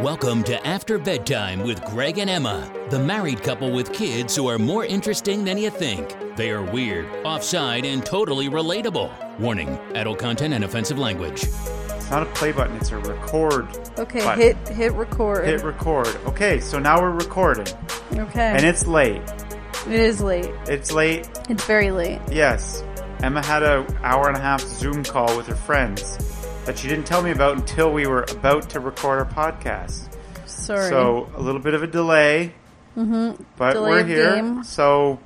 Welcome to After Bedtime with Greg and Emma, the married couple with kids who are more interesting than you think. They are weird, offside, and totally relatable. Warning adult content and offensive language. It's not a play button, it's a record. Okay, button. hit hit record. Hit record. Okay, so now we're recording. okay, And it's late. it is late. It's late, It's very late. yes. Emma had a hour and a half Zoom call with her friends that she didn't tell me about until we were about to record our podcast. Sorry. So a little bit of a delay. Mm-hmm. But Delay we're of here. game. So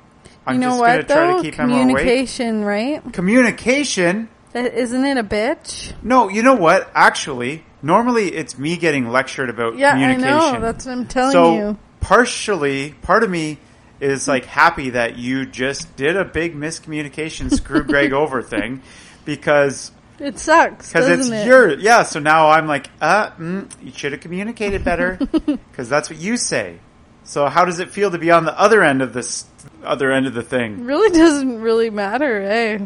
I'm you know just what gonna try though? to keep Emma awake. Communication, right? Communication? That, isn't it a bitch? No, you know what? Actually, normally it's me getting lectured about Yeah, I communication. know. That's what I'm telling so you. partially part of me is like happy that you just did a big miscommunication screw greg over thing because It sucks, because it's doesn't it? your yeah so now i'm like uh mm, you should have communicated better because that's what you say so how does it feel to be on the other end of this other end of the thing really doesn't really matter, eh?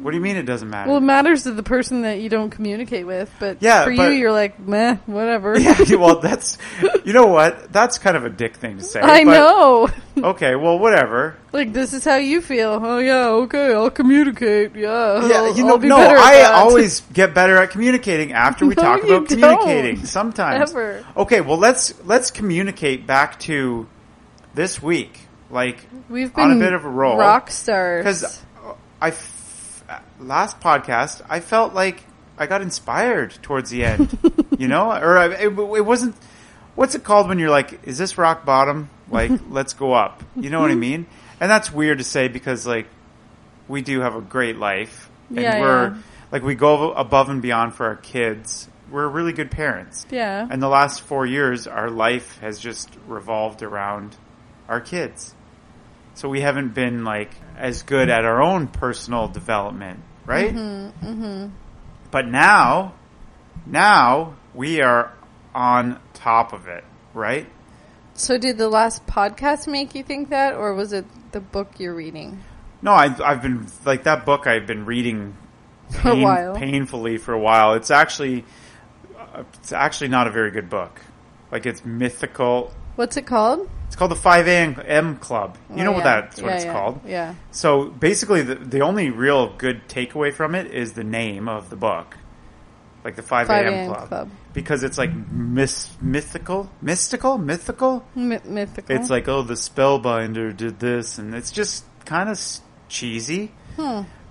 what do you mean it doesn't matter Well, it matters to the person that you don't communicate with, but Yeah, for but- you, you're like meh, whatever. yeah, well that's you know what that's kind of a dick thing to say I but- know. okay well whatever like this is how you feel. Oh yeah, okay, I'll communicate. Yeah, Yeah, I'll- you know, I'll be no, better at I that. always get better at communicating after we No, talk you about communicating. don't. Sometimes, Ever. okay, well let's let's communicate back to this week, like We've been on a bit of a roll rock stars. because uh, I f- uh, last podcast I felt like I got inspired towards the end, you know, or I, it, it wasn't. What's it called when you're like, is this rock bottom? Like, let's go up. You know what I mean? And that's weird to say because like we do have a great life, and Yeah, we're yeah. like we go above and beyond for our kids. We're really good parents. Yeah. And the last four years, our life has just revolved around our kids. So we haven't been like as good at our own personal development, right? Mm-hmm, But now, now we are on top of it, right? So, did the last podcast make you think that, or was it the book you're reading? No, I, I've been like that book I've been reading For a pain- while. painfully for a while. It's actually, uh, it's actually not a very good book. Like it's mythical. What's it called? It's called the Five AM Club. You know Oh, what yeah. that's what Yeah, it's yeah, called. Yeah. So basically, the, the only real good takeaway from it is the name of the book, like the Five, 5 AM a.m. Club. Club. because it's like mys- mythical, mystical, mythical. My- mythical. It's like oh, the spellbinder did this, and it's just kind of cheesy.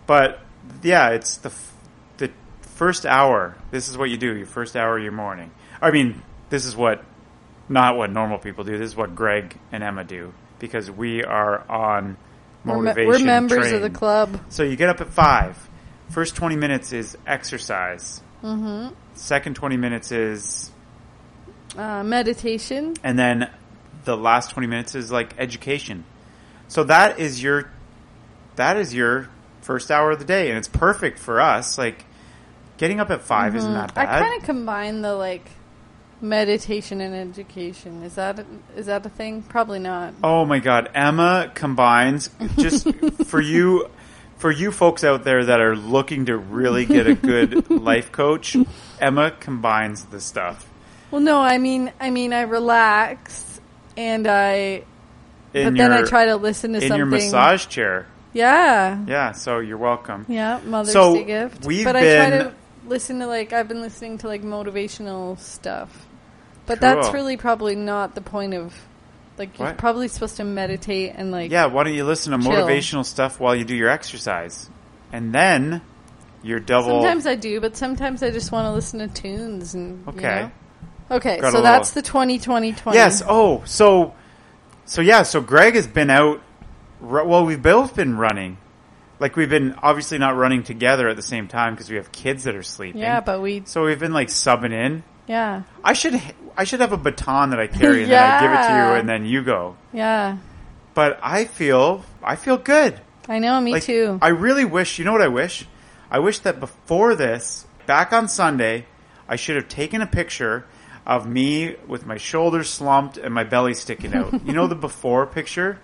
But yeah, it's the f- the first hour. This is what you do. Your first hour of your morning. I mean, this is what not what normal people do. This is what Greg and Emma do because we are on We're me- motivation. We're, members of the train. club. So you get up at five. First twenty minutes is exercise. Mm-hmm. Second twenty minutes is, Uh, meditation. and then the last twenty minutes is like education. So that is your, that is your first hour of the day, and it's perfect for us. Like getting up at 5 is isn't that Mm-hmm. I bad. kind of combine the like meditation and education. Is that a, is that a thing? Probably not. Oh my god, Emma combines just for you for you folks out there that are looking to really get a good life coach, Emma combines the stuff. Well, no. I mean, I mean, I relax and I, In but then I your- try to listen to in something. your massage chair. Yeah. Yeah, so you're welcome. Yeah, Mother's So, Day gift. we've but I try been- to listen to like I've been listening to like motivational stuff. But Cool. that's really probably not the point of like you're What? probably supposed to meditate and like Yeah, why don't you listen to Chill. motivational stuff while you do your exercise? And then you're double sometimes I do, but sometimes I just want to listen to tunes and you Okay. know? Okay, Got a so little- that's the 2020 20. Yes. Oh, so so yeah. So Greg has been out. ru- Well, we've both been running. Like we've been obviously not running together at the same time because we have kids that are sleeping. Yeah, but we so we've been like subbing in. yeah. I should h- I should have a baton that I carry and then I give it to Yeah. you and then you go. Yeah. But I feel I feel good. I know, me Like, too. I really wish. You know what I wish? I wish that before this, back on Sunday, I should have taken a picture of me with my shoulders slumped and my belly sticking out. you know the before picture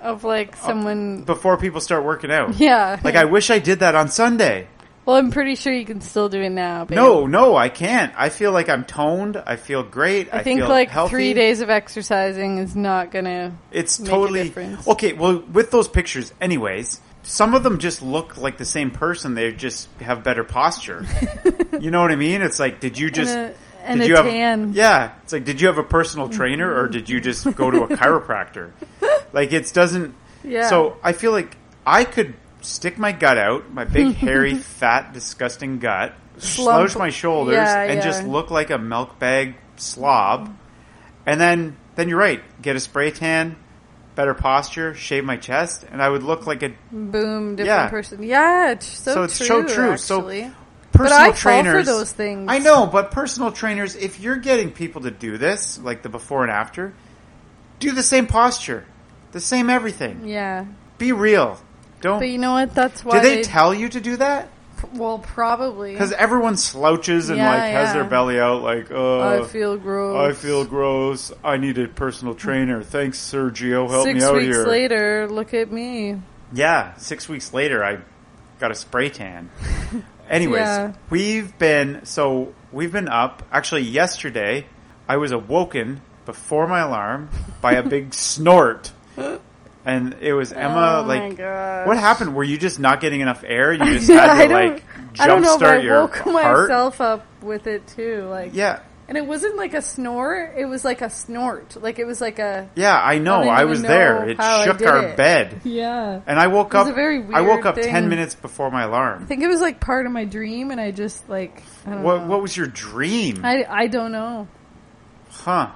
of like someone uh, before people start working out. Yeah. Like I wish I did that on Sunday. Well, I'm pretty sure you can still do it now. Babe. No, no, I can't. I feel like I'm toned. I feel great. I think feel like healthy. three days of exercising is not gonna. It's make a totally difference. okay. Well, with those pictures, anyways, some of them just look like the same person. They just have better posture. you know what I mean? It's like, did you just a- and did a you have tan. Mm-hmm. yeah? It's like, did you have a personal trainer or did you just go to a chiropractor? Like, it doesn't. Yeah. So I feel like I could stick my gut out, my big hairy, fat, disgusting gut, Slump. slouch my shoulders, Yeah, and yeah. just look like a milk bag slob. And then, then you're right. Get a spray tan, better posture, shave my chest, and I would look like a Boom, different Yeah. person. Yeah, it's so, so it's so true. Actually. So personal I fall for trainers, those things. I know, but personal trainers, if you're getting people to do this, like the before and after, do the same posture, the same everything. yeah, Be real. Don't. but you know what? That's why do they, tell you to do that? Well, probably. Because everyone slouches and Yeah, like has their yeah. Oh, belly out, like uh, I feel gross. I feel gross. I need a personal trainer. Thanks, Sergio. Help Six me out weeks here. later, look at me. Yeah, six weeks later, I got a spray tan. Anyways, Yeah. we've been so we've been up. Actually, yesterday I was awoken before my alarm by a big snort, and it was Emma. Oh my like, gosh. what happened? Were you just not getting enough air? You just had I to don't. like I don't know if I jumpstart your woke heart. myself up with it too. Like Yeah, and it wasn't like a snore. It was like a snort. Like it was like a yeah, I know. don't I, even was know there. It how I shook did our it. bed, yeah. and I woke It was up. a very I woke weird up ten thing. minutes before my I alarm. think it was like part of my dream, and I just like I don't What, know. what was your dream? I I don't know. Huh.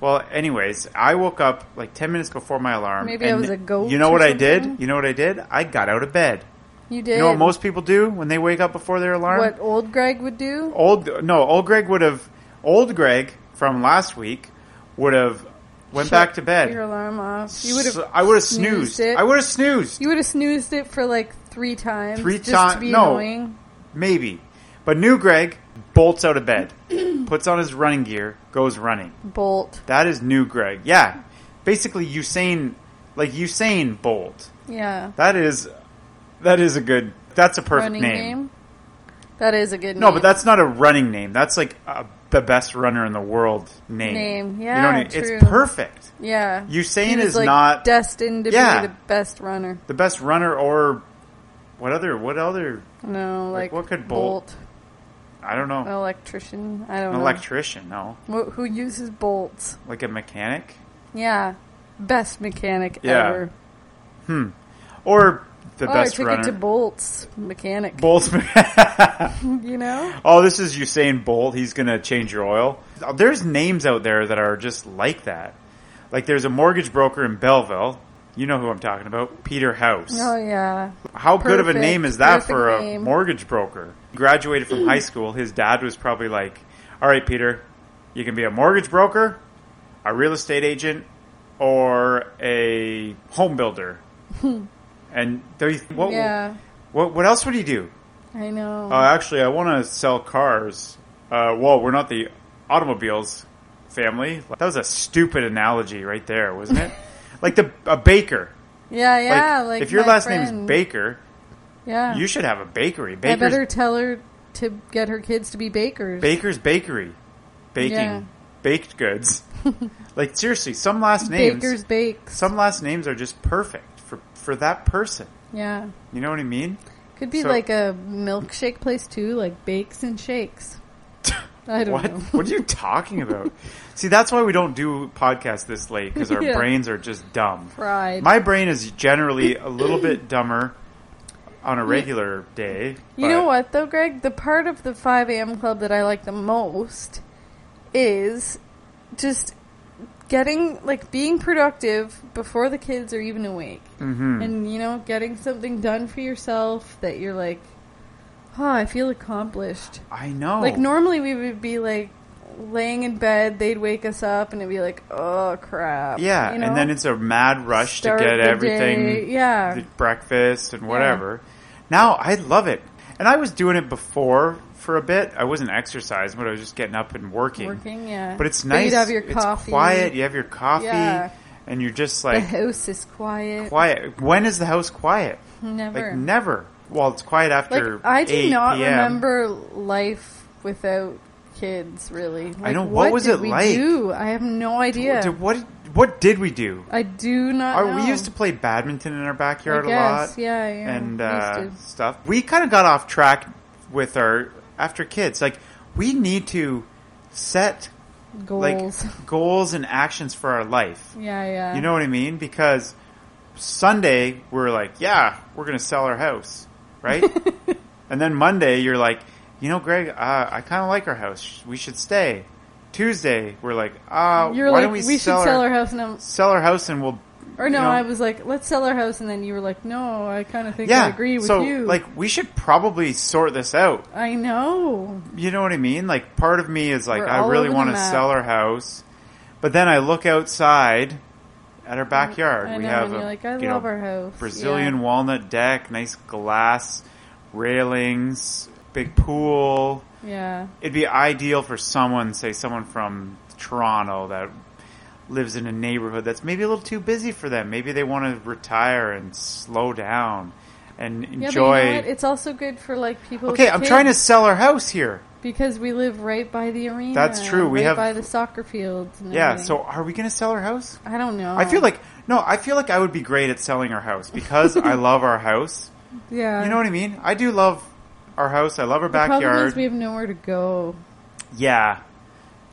Well, anyways, I woke up like 10 minutes before my alarm. Maybe I and was a goat You know or what I something? did? You know what I did? I got out of bed. You did You know what most people do when they wake up before their alarm? what old Greg would do. Old no, old Greg would have old Greg from last week would have went Shut back to bed. Your alarm off. You would have. So- I would have snoozed. snoozed it. I would have snoozed. You would have snoozed it for like three times. Three just ti- to be no. annoying. Maybe. But new Greg bolts out of bed, puts on his running gear, goes running. Bolt. That is new Greg. Yeah. Basically Usain like Usain Bolt. Yeah. That is, that is a good. That's a perfect Running name. name. That is a good No, name. but that's not a running name. That's like uh the best runner in the world name. Name, you know what I yeah, mean? true. It's perfect. yeah. Usain He was, is like, not- destined to Yeah. be the best runner. The best runner, or what other? What other? No, Like, like, what could Bolt- I don't know. Bolt, electrician. I don't an Oh, know. electrician? No, Wh- who uses bolts? like a mechanic, Yeah, best mechanic Yeah. ever. or the oh, best I took runner. it to Bolt's mechanic. Bolt's. you know, oh, this is Usain Bolt. He's gonna change your oil. There's names out there that are just like that. Like there's a mortgage broker in Belleville. You know who I'm talking about, Peter House. oh yeah, How good of a Perfect. name is that for a Perfect name. mortgage broker? He graduated from high school. His dad was probably like, "All right, Peter, you can be a mortgage broker, a real estate agent, or a home builder." and they, what, yeah. what what else would he do? I know. Uh, actually, I want to sell cars. Uh, well, we're not the automobiles family. That was a stupid analogy right there, wasn't it? like the a baker. yeah, Like, yeah. Like if your my last name is friend. Baker, yeah, you should have a bakery. I Baker's better tell her to get her kids to be bakers. Baker's Bakery, baking Yeah. baked goods. like seriously, some last names, Bakers bakes. some last names are just perfect for for that person. yeah, You know what I mean? could be So- like a milkshake place too, like bakes and shakes. I don't what know. what are you talking about? See, that's why we don't do podcasts this late because our Yeah. brains are just dumb. Fried. My brain is generally a little bit dumber on a regular day. You know but- what, though, Greg? The part of the 5 a.m. club that I like the most is just getting, like, being productive before the kids are even awake. Mm-hmm. And, you know, getting something done for yourself that you're like, oh, I feel accomplished. I know. Like, normally we would be, like, laying in bed, they'd wake us up, and it'd be like, oh, crap. Yeah, you know? and then it's a mad rush Start to get the everything, day, yeah. the breakfast and whatever. Now I love it, and I was doing it before for a bit. I wasn't exercising, but I was just getting up and working. working, yeah. But it's But nice. you'd have your it's coffee. quiet. You have your coffee, Yeah. and you're just The like house is quiet. quiet. When is the house quiet? Never. Like never. well, it's quiet after. Like I do 8 not PM. remember life without kids. Really, like, know, what was did it we like? Do? I have no idea. Did- What what did we do? I do not. Our- know. we used to play badminton in our backyard I guess, a lot. yeah, yeah, And we uh, used to. stuff. We kind of got off track with our after kids. Like we need to set goals. like goals and actions for our life. yeah, yeah. You know what I mean? Because Sunday we're like, yeah, we're gonna sell our house, right? and then Monday you're like, you know, Greg, uh, I kind of like our house. We should stay. Tuesday we're like, uh, you're why like don't we, should sell, our, house now. sell our house and we'll Or no, you know? I was like, let's sell our house, and then you were like, no, I kind of think yeah. I agree with so you. like we should probably sort this out. I know. You know what I mean? Like part of me is like We're I all really over the want to map. sell our house, but then I look outside at our backyard. I we know, have and a you're like, I you love know, our house. Brazilian Yeah. walnut deck, nice glass railings, big pool. Yeah. It'd be ideal for someone, say someone from Toronto that lives in a neighborhood that's maybe a little too busy for them. Maybe they want to retire and slow down and Yeah, enjoy. but you know what? It's also good for like people. with Okay, I'm kids trying to sell our house here. because we live right by the arena. That's true, we right have- by the soccer fields. And Yeah, everything. so are we going to sell our house? I don't know. I feel like no, I feel like I would be great at selling our house because I love our house. yeah. You know what I mean? I do love our house. I love our the problem is backyard. we have nowhere to go. yeah.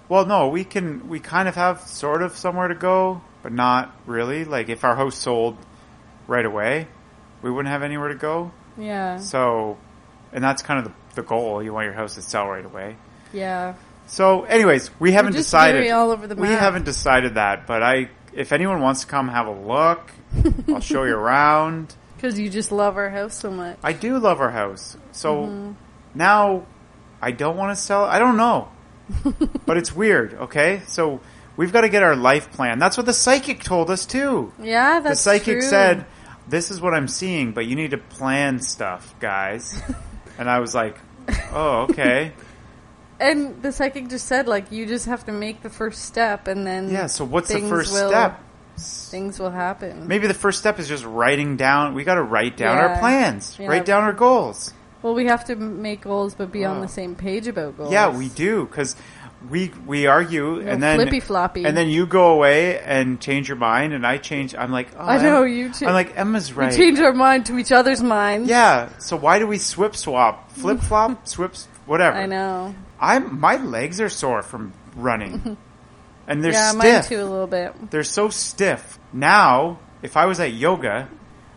Well, no, we can we kind of have sort of somewhere to go, but not really. Like if our house sold right away, we wouldn't have anywhere to go. Yeah. So, and that's kind of the, the goal. You want your house to sell right away. Yeah. So, anyways, we haven't just decided. very all over the We map. haven't decided that, but I, if anyone wants to come have a look, I'll show you around. Because you just love our house so much. I do love our house, so Mm-hmm. now I don't want to sell. I don't know, but it's weird. Okay, so we've got to get our life plan. That's what the psychic told us too. Yeah, that's the psychic true. said, "This is what I'm seeing, but you need to plan stuff, guys." and I was like, "Oh, okay." and the psychic just said, like, you just have to make the first step, and then Yeah, so what's the things first will- step? Things will happen. Maybe the first step is just writing down. We got to write down our Yeah. plans, Yeah. write down our goals. Well, we have to m- make goals, but be on Oh. the same page about goals. Yeah, we do because we we argue and then flippy floppy. and then you go away and change your mind, and I change. I'm like, oh, I Em- know, you cha- I'm like Emma's We right. change our mind to each other's minds. yeah. So why do we swip swap, flip flop, swip whatever? I know. I'm my legs are sore from running, and they're yeah, stiff. mine too a little bit. They're so stiff. Now, if I was at yoga,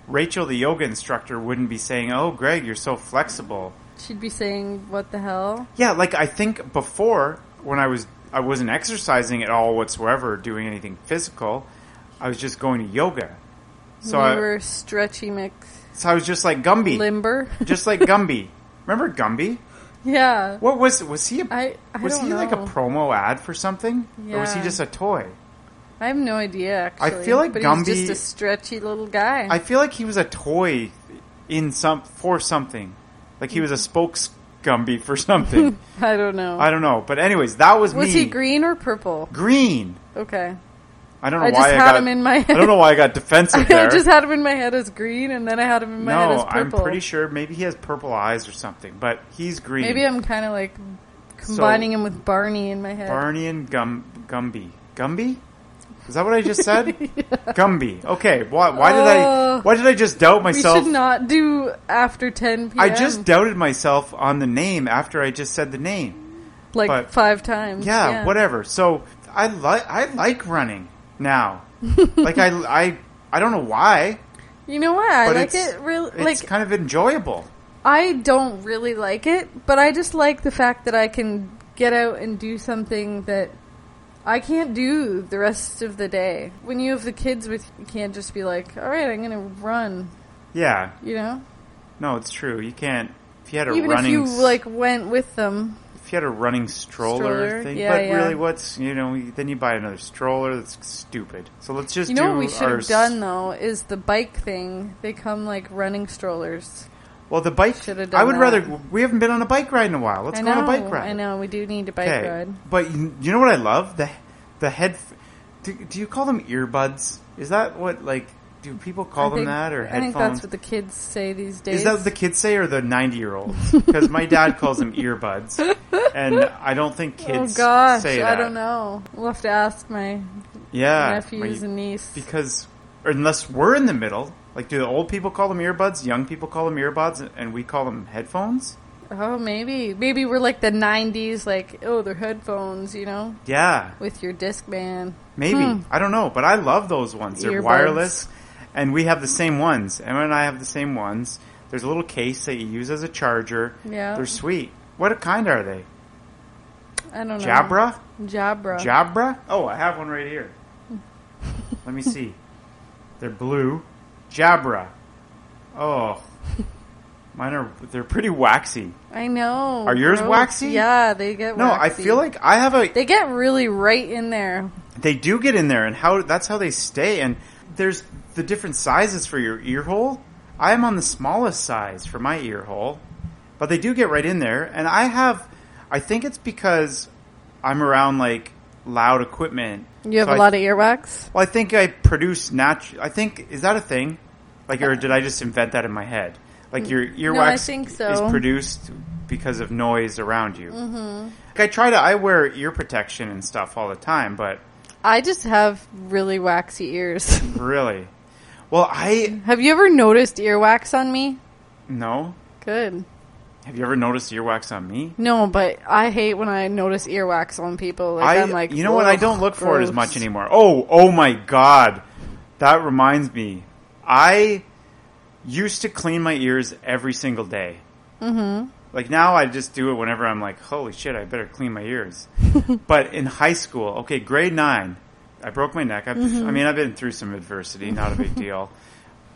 Rachel, the yoga instructor, wouldn't be saying, Oh, Greg, you're so flexible. She'd be saying, "What the hell?" Yeah, like I think before when I was, I wasn't exercising at all whatsoever, doing anything physical. I was just going to yoga. So, we I, were stretchy, mix, so I was just like Gumby. limber. Just like Gumby. Remember Gumby? yeah, What was, was he a, I- I was don't he like a know. promo ad for something? Or was he Yeah. just a toy? I have no idea. I Actually, feel like but Gumby- he was just a stretchy little guy. I feel like he was a toy in some for something. Like he was a spokes Gumby for something. I don't know. I don't know. But anyways, that was, was me. he green or purple? Green. Okay, I don't know I why just I had got him in my I don't know why I got defensive there. I just had him in my head as green, and then I had him in my head no, as I'm purple. pretty sure maybe he has purple eyes or something, but he's green. Maybe I'm kind of like combining him with Barney in my head. Barney and Gum Gumby. Gumby? Is that what I just said? Gumby. Okay. Why why did I Oh. why did I just doubt we myself? should not do after 10 p.m. I just doubted myself on the name after I just said the name. like but- five times. yeah, whatever. So I like I like running now. like I I I don't know why, You know what? I but like it's it really. it's Like kind of enjoyable. I don't really like it, but I just like the fact that I can get out and do something that I can't do the rest of the day. When you have the kids with, you can't just be like, "All right, I'm going to run," Yeah, you know. no, it's true. You can't if you had a Even if running you s- like went with them, if you had a running stroller, Stroller, thing. yeah, but yeah. really, what's you know you- then you buy another stroller. That's stupid. So let's just You know do what we should our have s- done though is the bike thing. They come like running strollers. Well, the bike. Should have I done would that. rather we haven't been on a bike ride in a while. Let's I go know. on a bike ride. I know we do need a bike Okay, ride. But you, you know what I love? The the head do, do you call them earbuds? Is that what like do people call I them think- that or I headphones? think that's what the kids say these days. Is that what the kids say or the 90 year olds? Because my dad calls them earbuds. And I don't think oh kids gosh, say that. I don't know. We'll have to ask my Yeah. nephews my- and niece. because, or unless we're in the middle, like do the old people call them earbuds, young people call them earbuds, and- and we call them headphones? oh, maybe, maybe we're like the '90s, like oh, they're headphones, you know, Yeah, with your disc man. maybe. I don't know, but I love those ones. They're Hmm. Earbuds. wireless, and we have the same ones. Emma and I have the same ones. There's a little case that you use as a charger. Yeah. They're sweet. What kind are they? I don't know. Jabra? Jabra. Jabra? Oh, I have one right here. Hmm. Let me see. They're blue. Jabra. Oh. Mine are they're pretty waxy. I know. Are yours waxy? Yeah, they get. No, I waxy. feel like I have a they get really right in there. they do get in there and how that's how they stay and there's the different sizes for your ear hole. I am on the smallest size for my ear hole, but they do get right in there and I have I think it's because I'm around like loud equipment. You have So a I- lot of earwax. Well, I think I produce natural. I think is that a thing? Like, or did I just invent that in my head? Like your earwax Mm, I think so. is produced because of noise around you. Mm-hmm. Like I try to. I wear ear protection and stuff all the time, but I just have really waxy ears. really, well, I have you ever noticed earwax on me? no. Good. Have you ever noticed earwax on me? No, but I hate when I notice earwax on people. Like, I I'm like, you know what? I "Ugh, don't look for it as gross." much anymore. Oh, oh my god, that reminds me. I used to clean my ears every single day. Mm-hmm. Like now, I just do it whenever I'm like, holy shit, I better clean my ears. but in high school, okay, grade nine, I broke my neck. I, Mm-hmm. I mean, I've been through some adversity, not a big deal.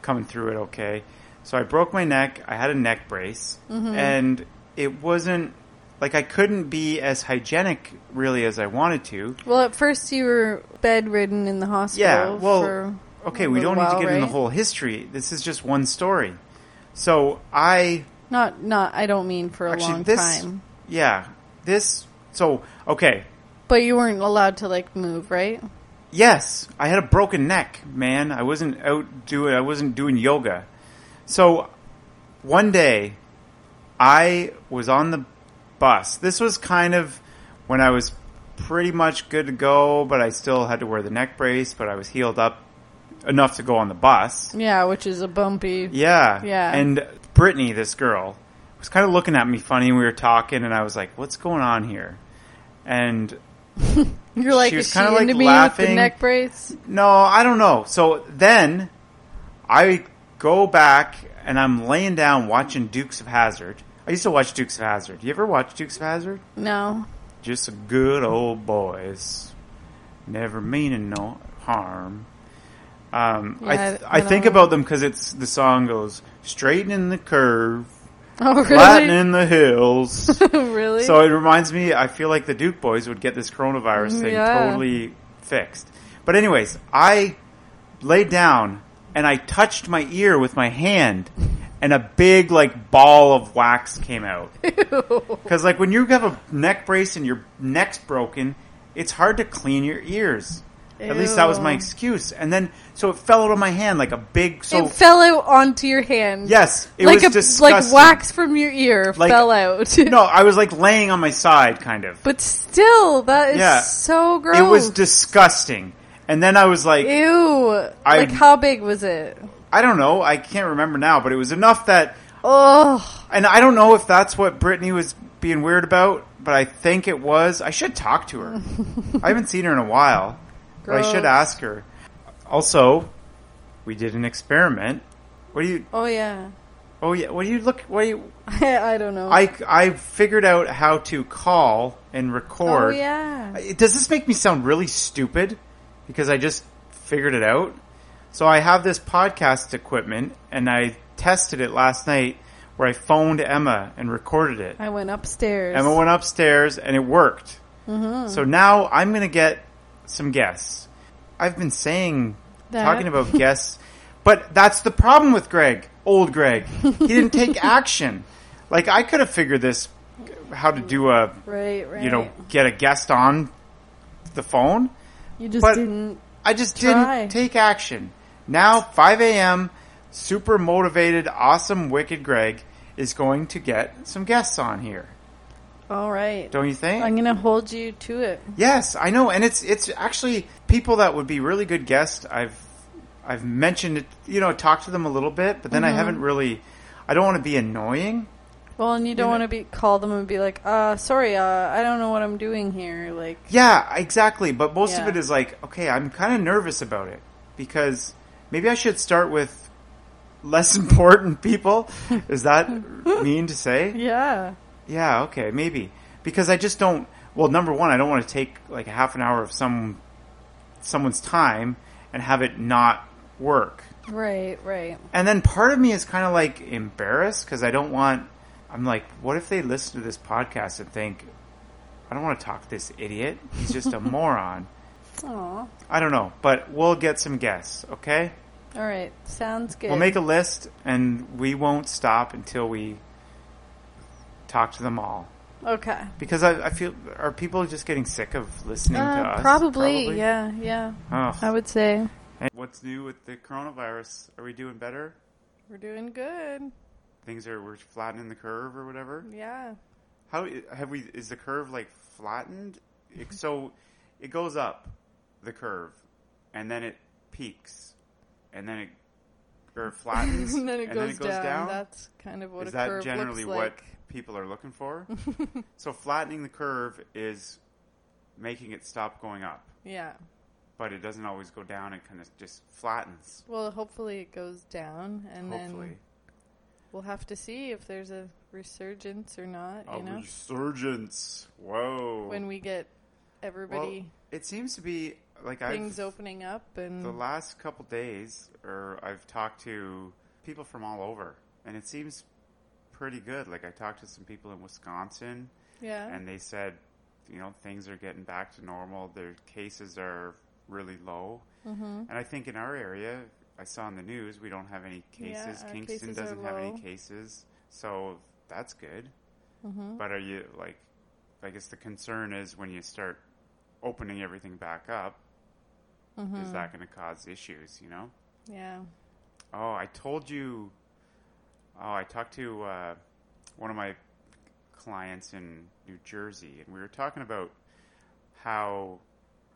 Coming through it, okay. So I broke my neck. I had a neck brace, Mm-hmm. and it wasn't like I couldn't be as hygienic really as I wanted to. Well, at first you were bedridden in the hospital. Yeah. Well, for okay, a we little don't need to while, get in the right? whole history. This is just one story. So I Not, not. I don't mean for a actually long this time. yeah this so okay But you weren't allowed to like move, right? yes I had a broken neck man I wasn't out doing I wasn't doing yoga so one day I was on the bus this was kind of when I was pretty much good to go but I still had to wear the neck brace but I was healed up enough to go on the bus Yeah, which is a bumpy. Yeah. Yeah. And Brittany, this girl, was kind of looking at me funny. and We were talking, and I was like, "What's going on here?" And You're like, she was is she kinda, into like, me with laughing. the neck brace? no, I don't know. So then I go back and I'm laying down watching Dukes of Hazard. I used to watch Dukes of Hazard. You ever watch Dukes of Hazard? No. Just good old boys, never meaning no harm. Um, I, Yeah, th- I- I, I think don't- about them because it's the song goes straightening the curve, Oh, really? Oh, flattening the hills. really? So it reminds me, I feel like the Duke boys would get this coronavirus thing Yeah. totally fixed. But anyways, I laid down and I touched my ear with my hand and a big like ball of wax came out. Cuz like when you have a neck brace and your neck's broken, it's hard to clean your ears. At least that was my Ew. excuse. And then so it fell out of my hand like a big so it fell out onto your hand. yes, it like was a disgusting. like wax from your ear Like- fell out. No, I was like laying on my side kind of. but still, that is Yeah. so gross. It was disgusting. And then I was like, ew. I- like how big was it? I don't know, I can't remember now, but it was enough that, Oh, and I don't know if that's what Brittany was being weird about, but I think it was. I should talk to her. I haven't seen her in a while, but I should Gross. ask her. Also, we did an experiment. What do you? oh yeah. Oh yeah, what do you look? What do you? I don't know. I I figured out how to call and oh record. yeah. I- Does this make me sound really stupid? Because I just figured it out. So I have this podcast equipment and I tested it last night where I phoned Emma and recorded it. I went upstairs. Emma went upstairs and it worked. So now I'm going to get some guests. I've been saying, That. talking about guests, but that's the problem with Greg, old Greg. He didn't take action. Like I could have figured this, how to do a right, right. you know, get a guest on the phone. you just but- didn't. I just Try. didn't take action. Now, 5 a.m., super motivated, awesome, wicked Greg is going to get some guests on here. All right. Don't you think? I'm going to hold you to it. Yes, I know, and it's it's actually people that would be really good guests. I've I've mentioned it, you know, talked to them a little bit, but then Mm-hmm. I haven't really. I don't want to be annoying. Well, and you don't know- want to be call them and be like, "Uh, sorry, uh, I don't know what I'm doing here." Like, Yeah, exactly. But most of Yeah. it is like, okay, I'm kind of nervous about it because maybe I should start with less important people. Is that mean to say? yeah. Yeah, okay, maybe. Because I just don't well, number one, I don't want to take like a half an hour of some someone's time and have it not work. Right, right. And then part of me is kind of like embarrassed because I don't want. I'm like, what if they listen to this podcast and think, I don't want to talk to this idiot. He's just a moron. Aw. All I don't know, but we'll get some guests, okay? right. Sounds good. We'll make a list and we won't stop until we talk to them all. okay. Because I, I feel, are people just getting sick of listening to Uh, us? probably, yeah, Oh. yeah. Ugh. I would say And what's new with the coronavirus? Are we doing better? we're doing good. Things are, we're flattening the curve or whatever? Yeah. How have we? Is the curve like flattened? It- So it goes up the curve, and then it peaks, and then it or it flattens, and then it goes down. That's kind of what is a that curve generally looks what like. people are looking for? so flattening the curve is making it stop going up, Yeah. but it doesn't always go down. It kind of just flattens. Well, hopefully it goes down, and Hopefully, then we'll have to see if there's a resurgence or not. a you know, resurgence. Whoa! when we get everybody it seems to be like things I've opening up and The last couple days, or I've talked to people from all over, and it seems pretty good. Like I talked to some people in Wisconsin, yeah, and they said, you know, things are getting back to normal. Their cases are really low, mm-hmm. and I think in our area, I saw in the news we don't have any Yeah, cases. our Kingston cases are doesn't have low. any cases, so that's good. Mm-hmm. But are you like? I guess the concern is when you start opening everything back up, Mm-hmm. is that going to cause issues? You know. yeah. Oh, I told you. Oh, I talked to uh, one of my clients in New Jersey, and we were talking about how,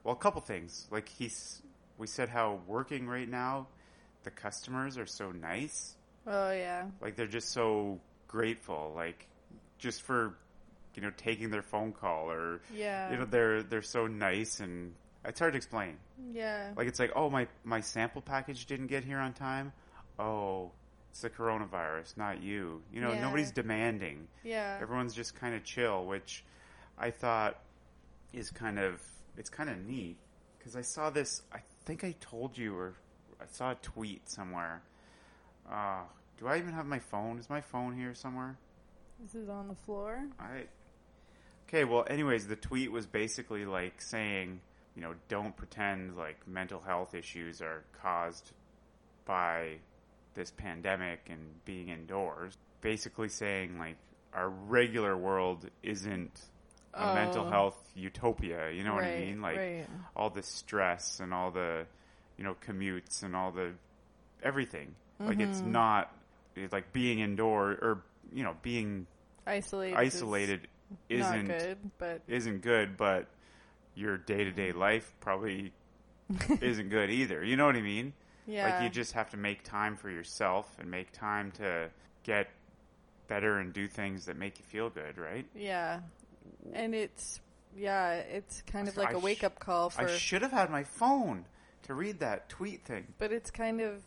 well, a couple things. Like he's, we said how working right now, the customers are so nice. Oh yeah, Like they're just so grateful. Like just for, you know, taking their phone call or, yeah, you know, they're they're so nice and it's hard to explain. yeah. Like it's like, oh my my sample package didn't get here on time. Oh, it's the coronavirus, not you. You know, Yeah. nobody's demanding. Yeah. Everyone's just kind of chill, which I thought is kind of it's kind of neat because I saw this. I think I told you or I saw a tweet somewhere. Uh, do I even have my phone? Is my phone here somewhere? This is on the floor. I okay. Well, anyways, the tweet was basically like saying, you know, don't pretend like mental health issues are caused by this pandemic and being indoors. Basically saying like our regular world isn't a mental Oh. health utopia. You know what I Right, mean? Like right. all the stress and all the you know commutes and all the everything. Like it's Mm-hmm. not it's like being indoor or you know being Isolated. is isolated Not isn't good, but isn't good, but your day to Mm-hmm. day life probably isn't good either. You know what I mean? yeah. Like you just have to make time for yourself and make time to get better and do things that make you feel good, right? Yeah. And it's yeah, it's kind of I like a sh- wake up call I for should have had my phone to read that tweet thing. but it's kind of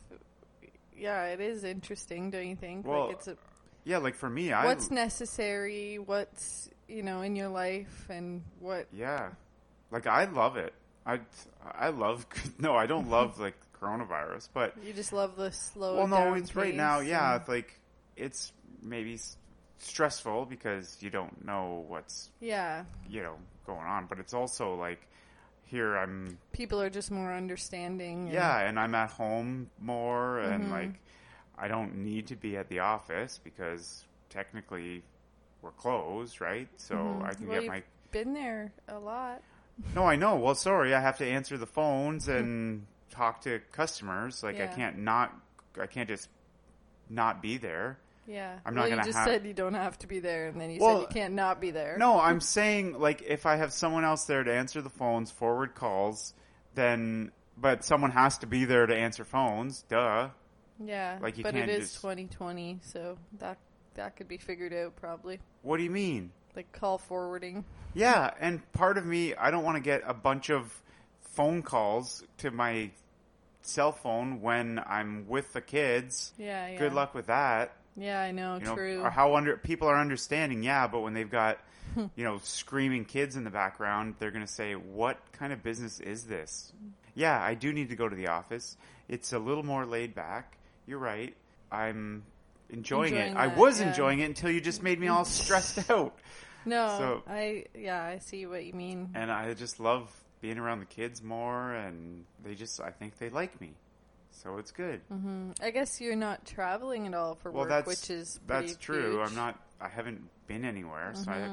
yeah, it is interesting, don't you think? Well, like it's a, Yeah, like for me, I what's necessary, what's you know, in your life and what Yeah, like I love it. I I love no, I don't love like coronavirus, but you just love the slow well no down it's right now pace yeah and- it's like it's maybe s- stressful because you don't know what's yeah. you know going on but it's also like here i'm People are just more understanding. and- yeah and i'm at home more and Mm-hmm. like i don't need to be at the office because technically we're closed right so i can Mm-hmm. Well, get you've my been there a lot. no i know well sorry i have to answer the phones and talk to customers. Like I Yeah. can't not, I can't just not be there. Yeah. I'm not well, gonna You just have- said you don't have to be there, and then you Well, said you can't not be there. No, I'm saying like if I have someone else there to answer the phones, forward calls, then but someone has to be there to answer phones. Duh. Yeah. Like, you but can't it is just- 2020, so that that could be figured out probably. What do you mean? Like call forwarding. Yeah, and part of me, I don't want to get a bunch of phone calls to my cell phone when I'm with the kids. Yeah, yeah. Good luck with that. Yeah, I know. You know, true. or how under people are understanding. Yeah, but when they've got you know screaming kids in the background, they're going to say, "What kind of business is this?" Yeah, I do need to go to the office. It's a little more laid back. You're right. I'm enjoying, it. Enjoying I that, was yeah. enjoying it until you just made me all stressed out. no, so- I yeah, I see what you mean. and I just love being around the kids more, and they just I think they like me, so it's good. I guess you're not traveling at all for Well, work, that's which is pretty that's true. huge. Mm-hmm. I'm not. I haven't been anywhere, so I,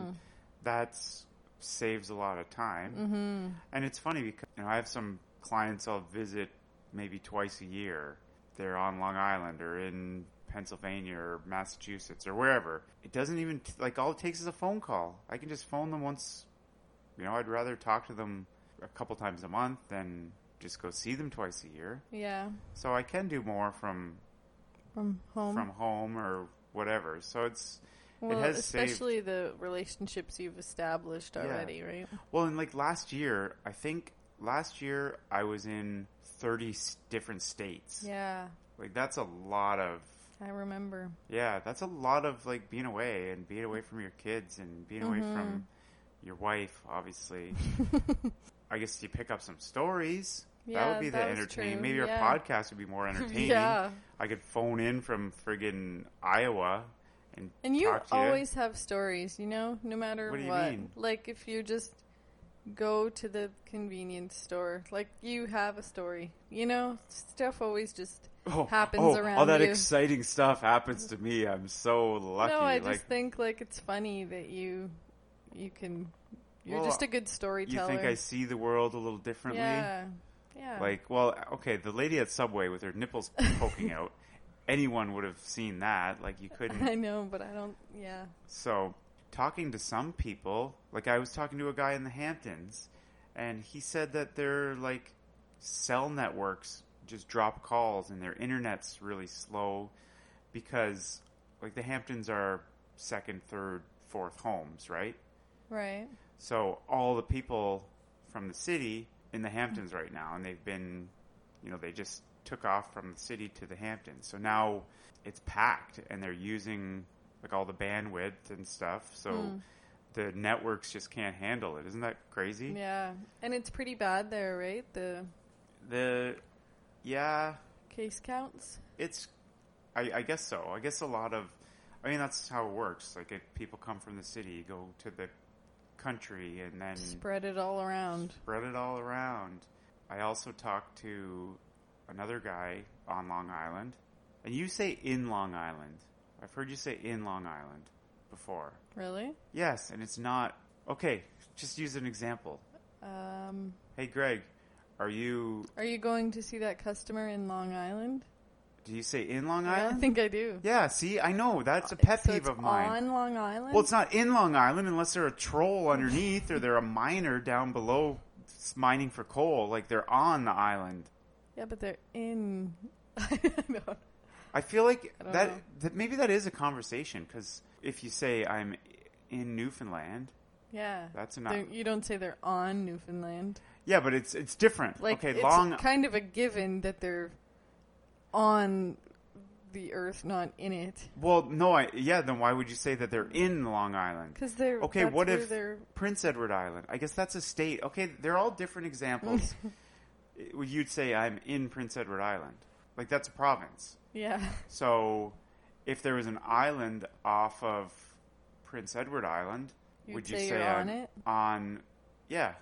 that saves a lot of time. Mm-hmm. And it's funny because you know I have some clients I'll visit maybe twice a year. They're on Long Island or in Pennsylvania or Massachusetts or wherever. It doesn't even like all it takes is a phone call. I can just phone them once you know, I'd rather talk to them a couple times a month than just go see them twice a year. Yeah, So I can do more from from home. from home or whatever. So it's well, it has especially the relationships you've established already, right? saved. Well, and like last year, I think last year I was in 30 s- different states. Yeah, Like that's a lot of I remember. yeah, that's a lot of like being away and being away from your kids and being away from Mm-hmm. your wife, obviously. I guess you pick up some stories. that Yeah, would be the that was entertaining. true, Maybe yeah. our podcast would be more entertaining. Yeah. I could phone in from friggin' Iowa and And you talk to always have stories, you know, no matter What do you mean? Like if you just go to the convenience store, like you have a story, you know. Stuff always just Oh, happens oh, around all that you. exciting stuff happens to me. I'm so lucky. No, I like, just think like it's funny that you you can you're Well, just a good you storyteller. think I see the world a little differently. yeah, yeah. Like, well, okay, the lady at Subway with her nipples poking out. Anyone would have seen that. Like, you couldn't. I know, but I don't. Yeah, So, talking to some people, like I was talking to a guy in the Hamptons, and he said that their like cell networks just drop calls and their internet's really slow because like the Hamptons are second, third, fourth homes, right? right. So all the people from the city in the Hamptons right now, and they've been, you know, they just took off from the city to the Hamptons. So now it's packed, and they're using like all the bandwidth and stuff. So Hmm. the networks just can't handle it. Isn't that crazy? Yeah, and it's pretty bad there, right? The The yeah, case counts. it's I, I guess so. I guess a lot of I mean that's how it works. Like if people come from the city, go to the country, and then Spread it all around. spread it all around. I also talked to another guy on Long Island. And you say in Long Island. I've heard you say in Long Island before. Really? Yes, and it's not. Okay, just use an example. Um, Hey, Greg, are you. are you going to see that customer in Long Island? Do you say in Long Yeah, I Island? think I do. yeah, see, I know. That's a pet So peeve it's of mine. on Long Island. Well, it's not in Long Island unless they're a troll underneath or they're a miner down below s- mining for coal. Like they're on the island. yeah, but they're in. I know. I feel like don't know. that, that maybe that is a conversation because if you say I'm in Newfoundland, Yeah, That's not- They're- You don't say they're on Newfoundland. yeah, but it's it's different. Like okay, it's Long. kind of a given that they're on the Earth, not in it, well, no, I yeah. Then why would you say that they're in Long Island? because they're okay. that's What where if they're Prince Edward Island? I guess that's a state. Okay, they're all different examples. It- You'd say I'm in Prince Edward Island, like that's a province. yeah So, if there was an island off of Prince Edward Island, You'd would you say say, you're I'm on it? on? Yeah,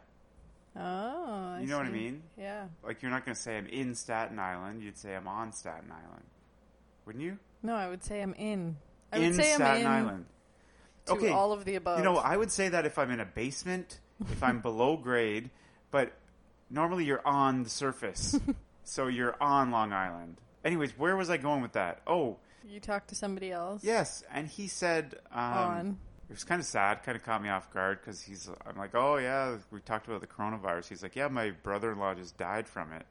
oh I You know what I see. mean? yeah like you're not going to say I'm in Staten Island. You'd say I'm on Staten Island, wouldn't you? no I would say I'm in I in would say Staten I'm in Island. to all of the above You know, I would say that if I'm in a basement, if I'm below grade, but normally you're on the surface. So you're on Long Island. Anyways, where was I going with that? Oh, You talk to somebody else. yes. And he said, um, On. it was kind of sad, kind of caught me off guard because he's, I'm like, oh, yeah, we talked about the coronavirus. He's like, yeah, my brother in law just died from it.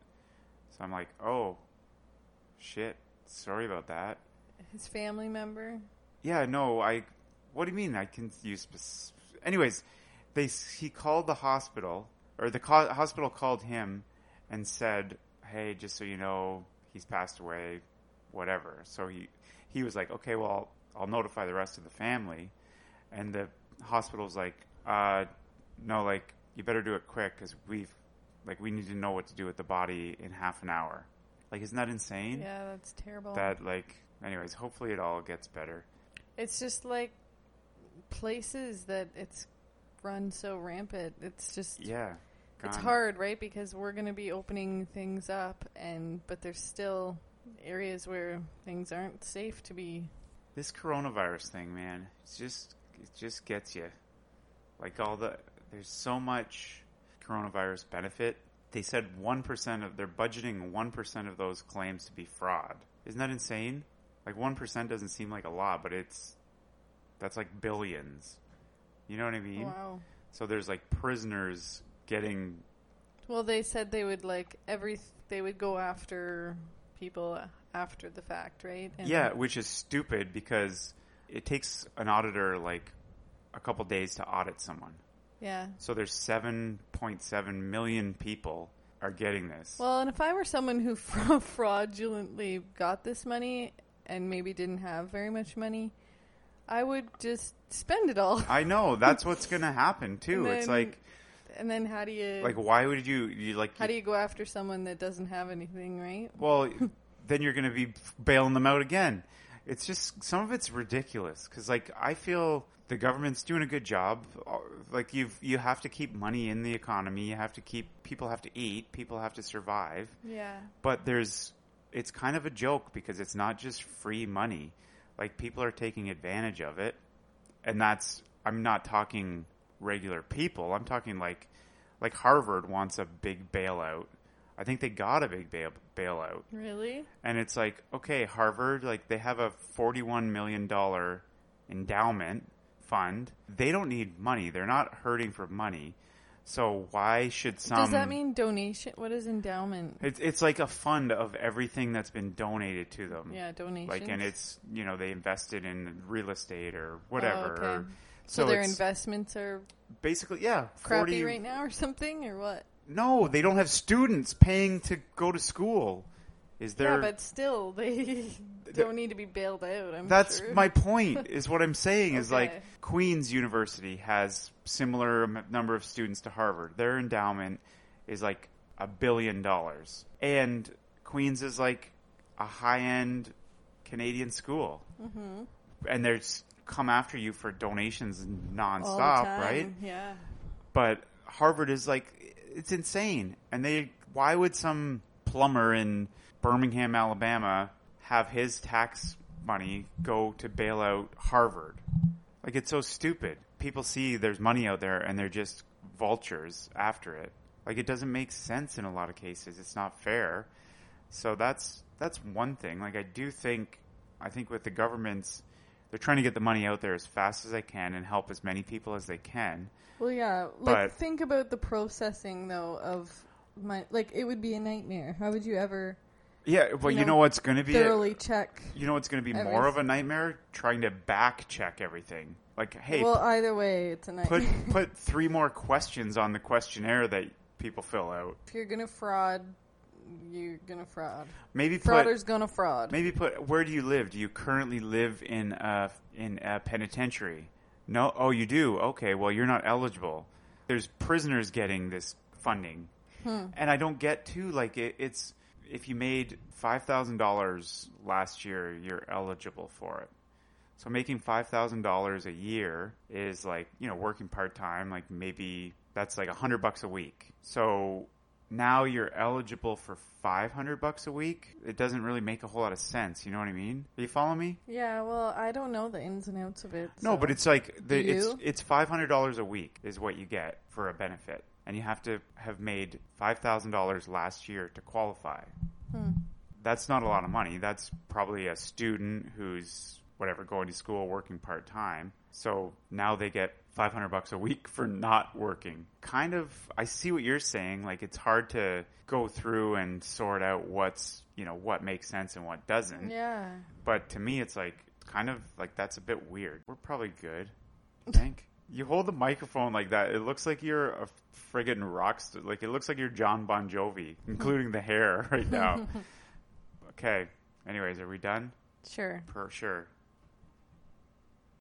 So I'm like, oh, shit. Sorry about that. His family member. Yeah, no, I. What do you mean? I can use. spec- Anyways, they he called the hospital, or the co- hospital called him and said, "Hey, just so you know, he's passed away, whatever." So he he was like, "Okay, well, I'll notify the rest of the family," and the hospital's like, uh, "No, like you better do it quick because we've like we need to know what to do with the body in half an hour." Like, isn't that insane? Yeah, that's terrible. That like, anyways, hopefully it all gets better. It's just like places that it's run so rampant. It's just Yeah. it's gone. hard, right? Because we're going to be opening things up and but there's still areas where things aren't safe to be. This coronavirus thing, man, it's just it just gets you. Like all the there's so much coronavirus benefit. They said 1% of they're budgeting 1% of those claims to be fraud. Isn't that insane? Like 1% doesn't seem like a lot, but it's that's like billions. You know what I mean? Oh, Wow. So there's like prisoners getting Well, they said they would like every they would go after people after the fact, right? And Yeah, which is stupid because it takes an auditor like a couple days to audit someone. Yeah. So there's 7.7 million people are getting this. Well, and if I were someone who fra- fraudulently got this money and maybe didn't have very much money, I would just spend it all. I know that's what's going to happen too. And it's then- like And then how do you like why would you you like how do you go after someone that doesn't have anything, right? well then you're going to be bailing them out again. It's just some of it's ridiculous cuz like I feel the government's doing a good job. Uh, Like you have you have to keep money in the economy, you have to keep people have to eat, people have to survive. Yeah. but there's it's kind of a joke because it's not just free money like people are taking advantage of it and that's i'm not talking regular people i'm talking like like harvard wants a big bailout i think they got a big bail- bailout Really? and it's like okay harvard like they have a 41 million dollar endowment fund they don't need money they're not hurting for money so why should some Does that mean donation? What is endowment? it's it's like a fund of everything that's been donated to them. Yeah, donations. Like and it's you know they invested in real estate or whatever. Oh, okay. or- so, their it's investments are basically yeah crappy 40 right now or something or what? No, they don't have students paying to go to school. Is there? yeah, but still they don't need to be bailed out, I'm that's sure. my point. Is what I'm saying is Okay. like Queen's University has similar m- number of students to Harvard. Their endowment is like a billion dollars, and Queen's is like a high end Canadian school. and they're s- come after you for donations Mm-hmm. All nonstop, the time. right? Yeah. But Harvard is like it's insane, and they why would some plumber in Birmingham, Alabama, have his tax money go to bail out Harvard? Like it's so stupid. People see there's money out there, and they're just vultures after it. Like it doesn't make sense in a lot of cases. It's not fair. So that's that's one thing. Like I do think I think with the governments they're trying to get the money out there as fast as they can and help as many people as they can. Well, yeah. Like, But- think about the processing though of my like it would be a nightmare. How would you ever Yeah, well, you know, know what's going to be a- thoroughly check? you know what's going to be more of a nightmare trying to back check everything. Like, hey, Well, either way, it's a nightmare. put put three more questions on the questionnaire that people fill out. if you're gonna fraud, you're gonna fraud. Maybe put Frauder's gonna fraud. maybe put where do you live? Do you currently live in a in a penitentiary? No, oh, you do. Okay, well, you're not eligible. There's prisoners getting this funding, Hmm. and I don't get too like it, it's if you made five thousand dollars last year, you're eligible for it. So making five thousand dollars a year is like you know working part time, like maybe that's like a hundred bucks a week. So now you're eligible for five hundred bucks a week. It doesn't really make a whole lot of sense. You know what I mean? Are you follow me? Yeah. Well, I don't know the ins and outs of it. No, so- but it's like the, Do it's you? it's five hundred dollars a week is what you get for a benefit. and you have to have made $5,000 last year to qualify. Hmm. That's not a lot of money. That's probably a student who's whatever going to school, working part time. So now they get 500 bucks a week for not working. Kind of I see what you're saying, like it's hard to go through and sort out what's, you know, what makes sense and what doesn't. Yeah. But to me, it's like kind of like that's a bit weird. We're probably good. I think you hold the microphone like that. It looks like you're a friggin' rock star. Like it looks like you're John Bon Jovi, including the hair right now. okay. Anyways, are we done? Sure. For sure.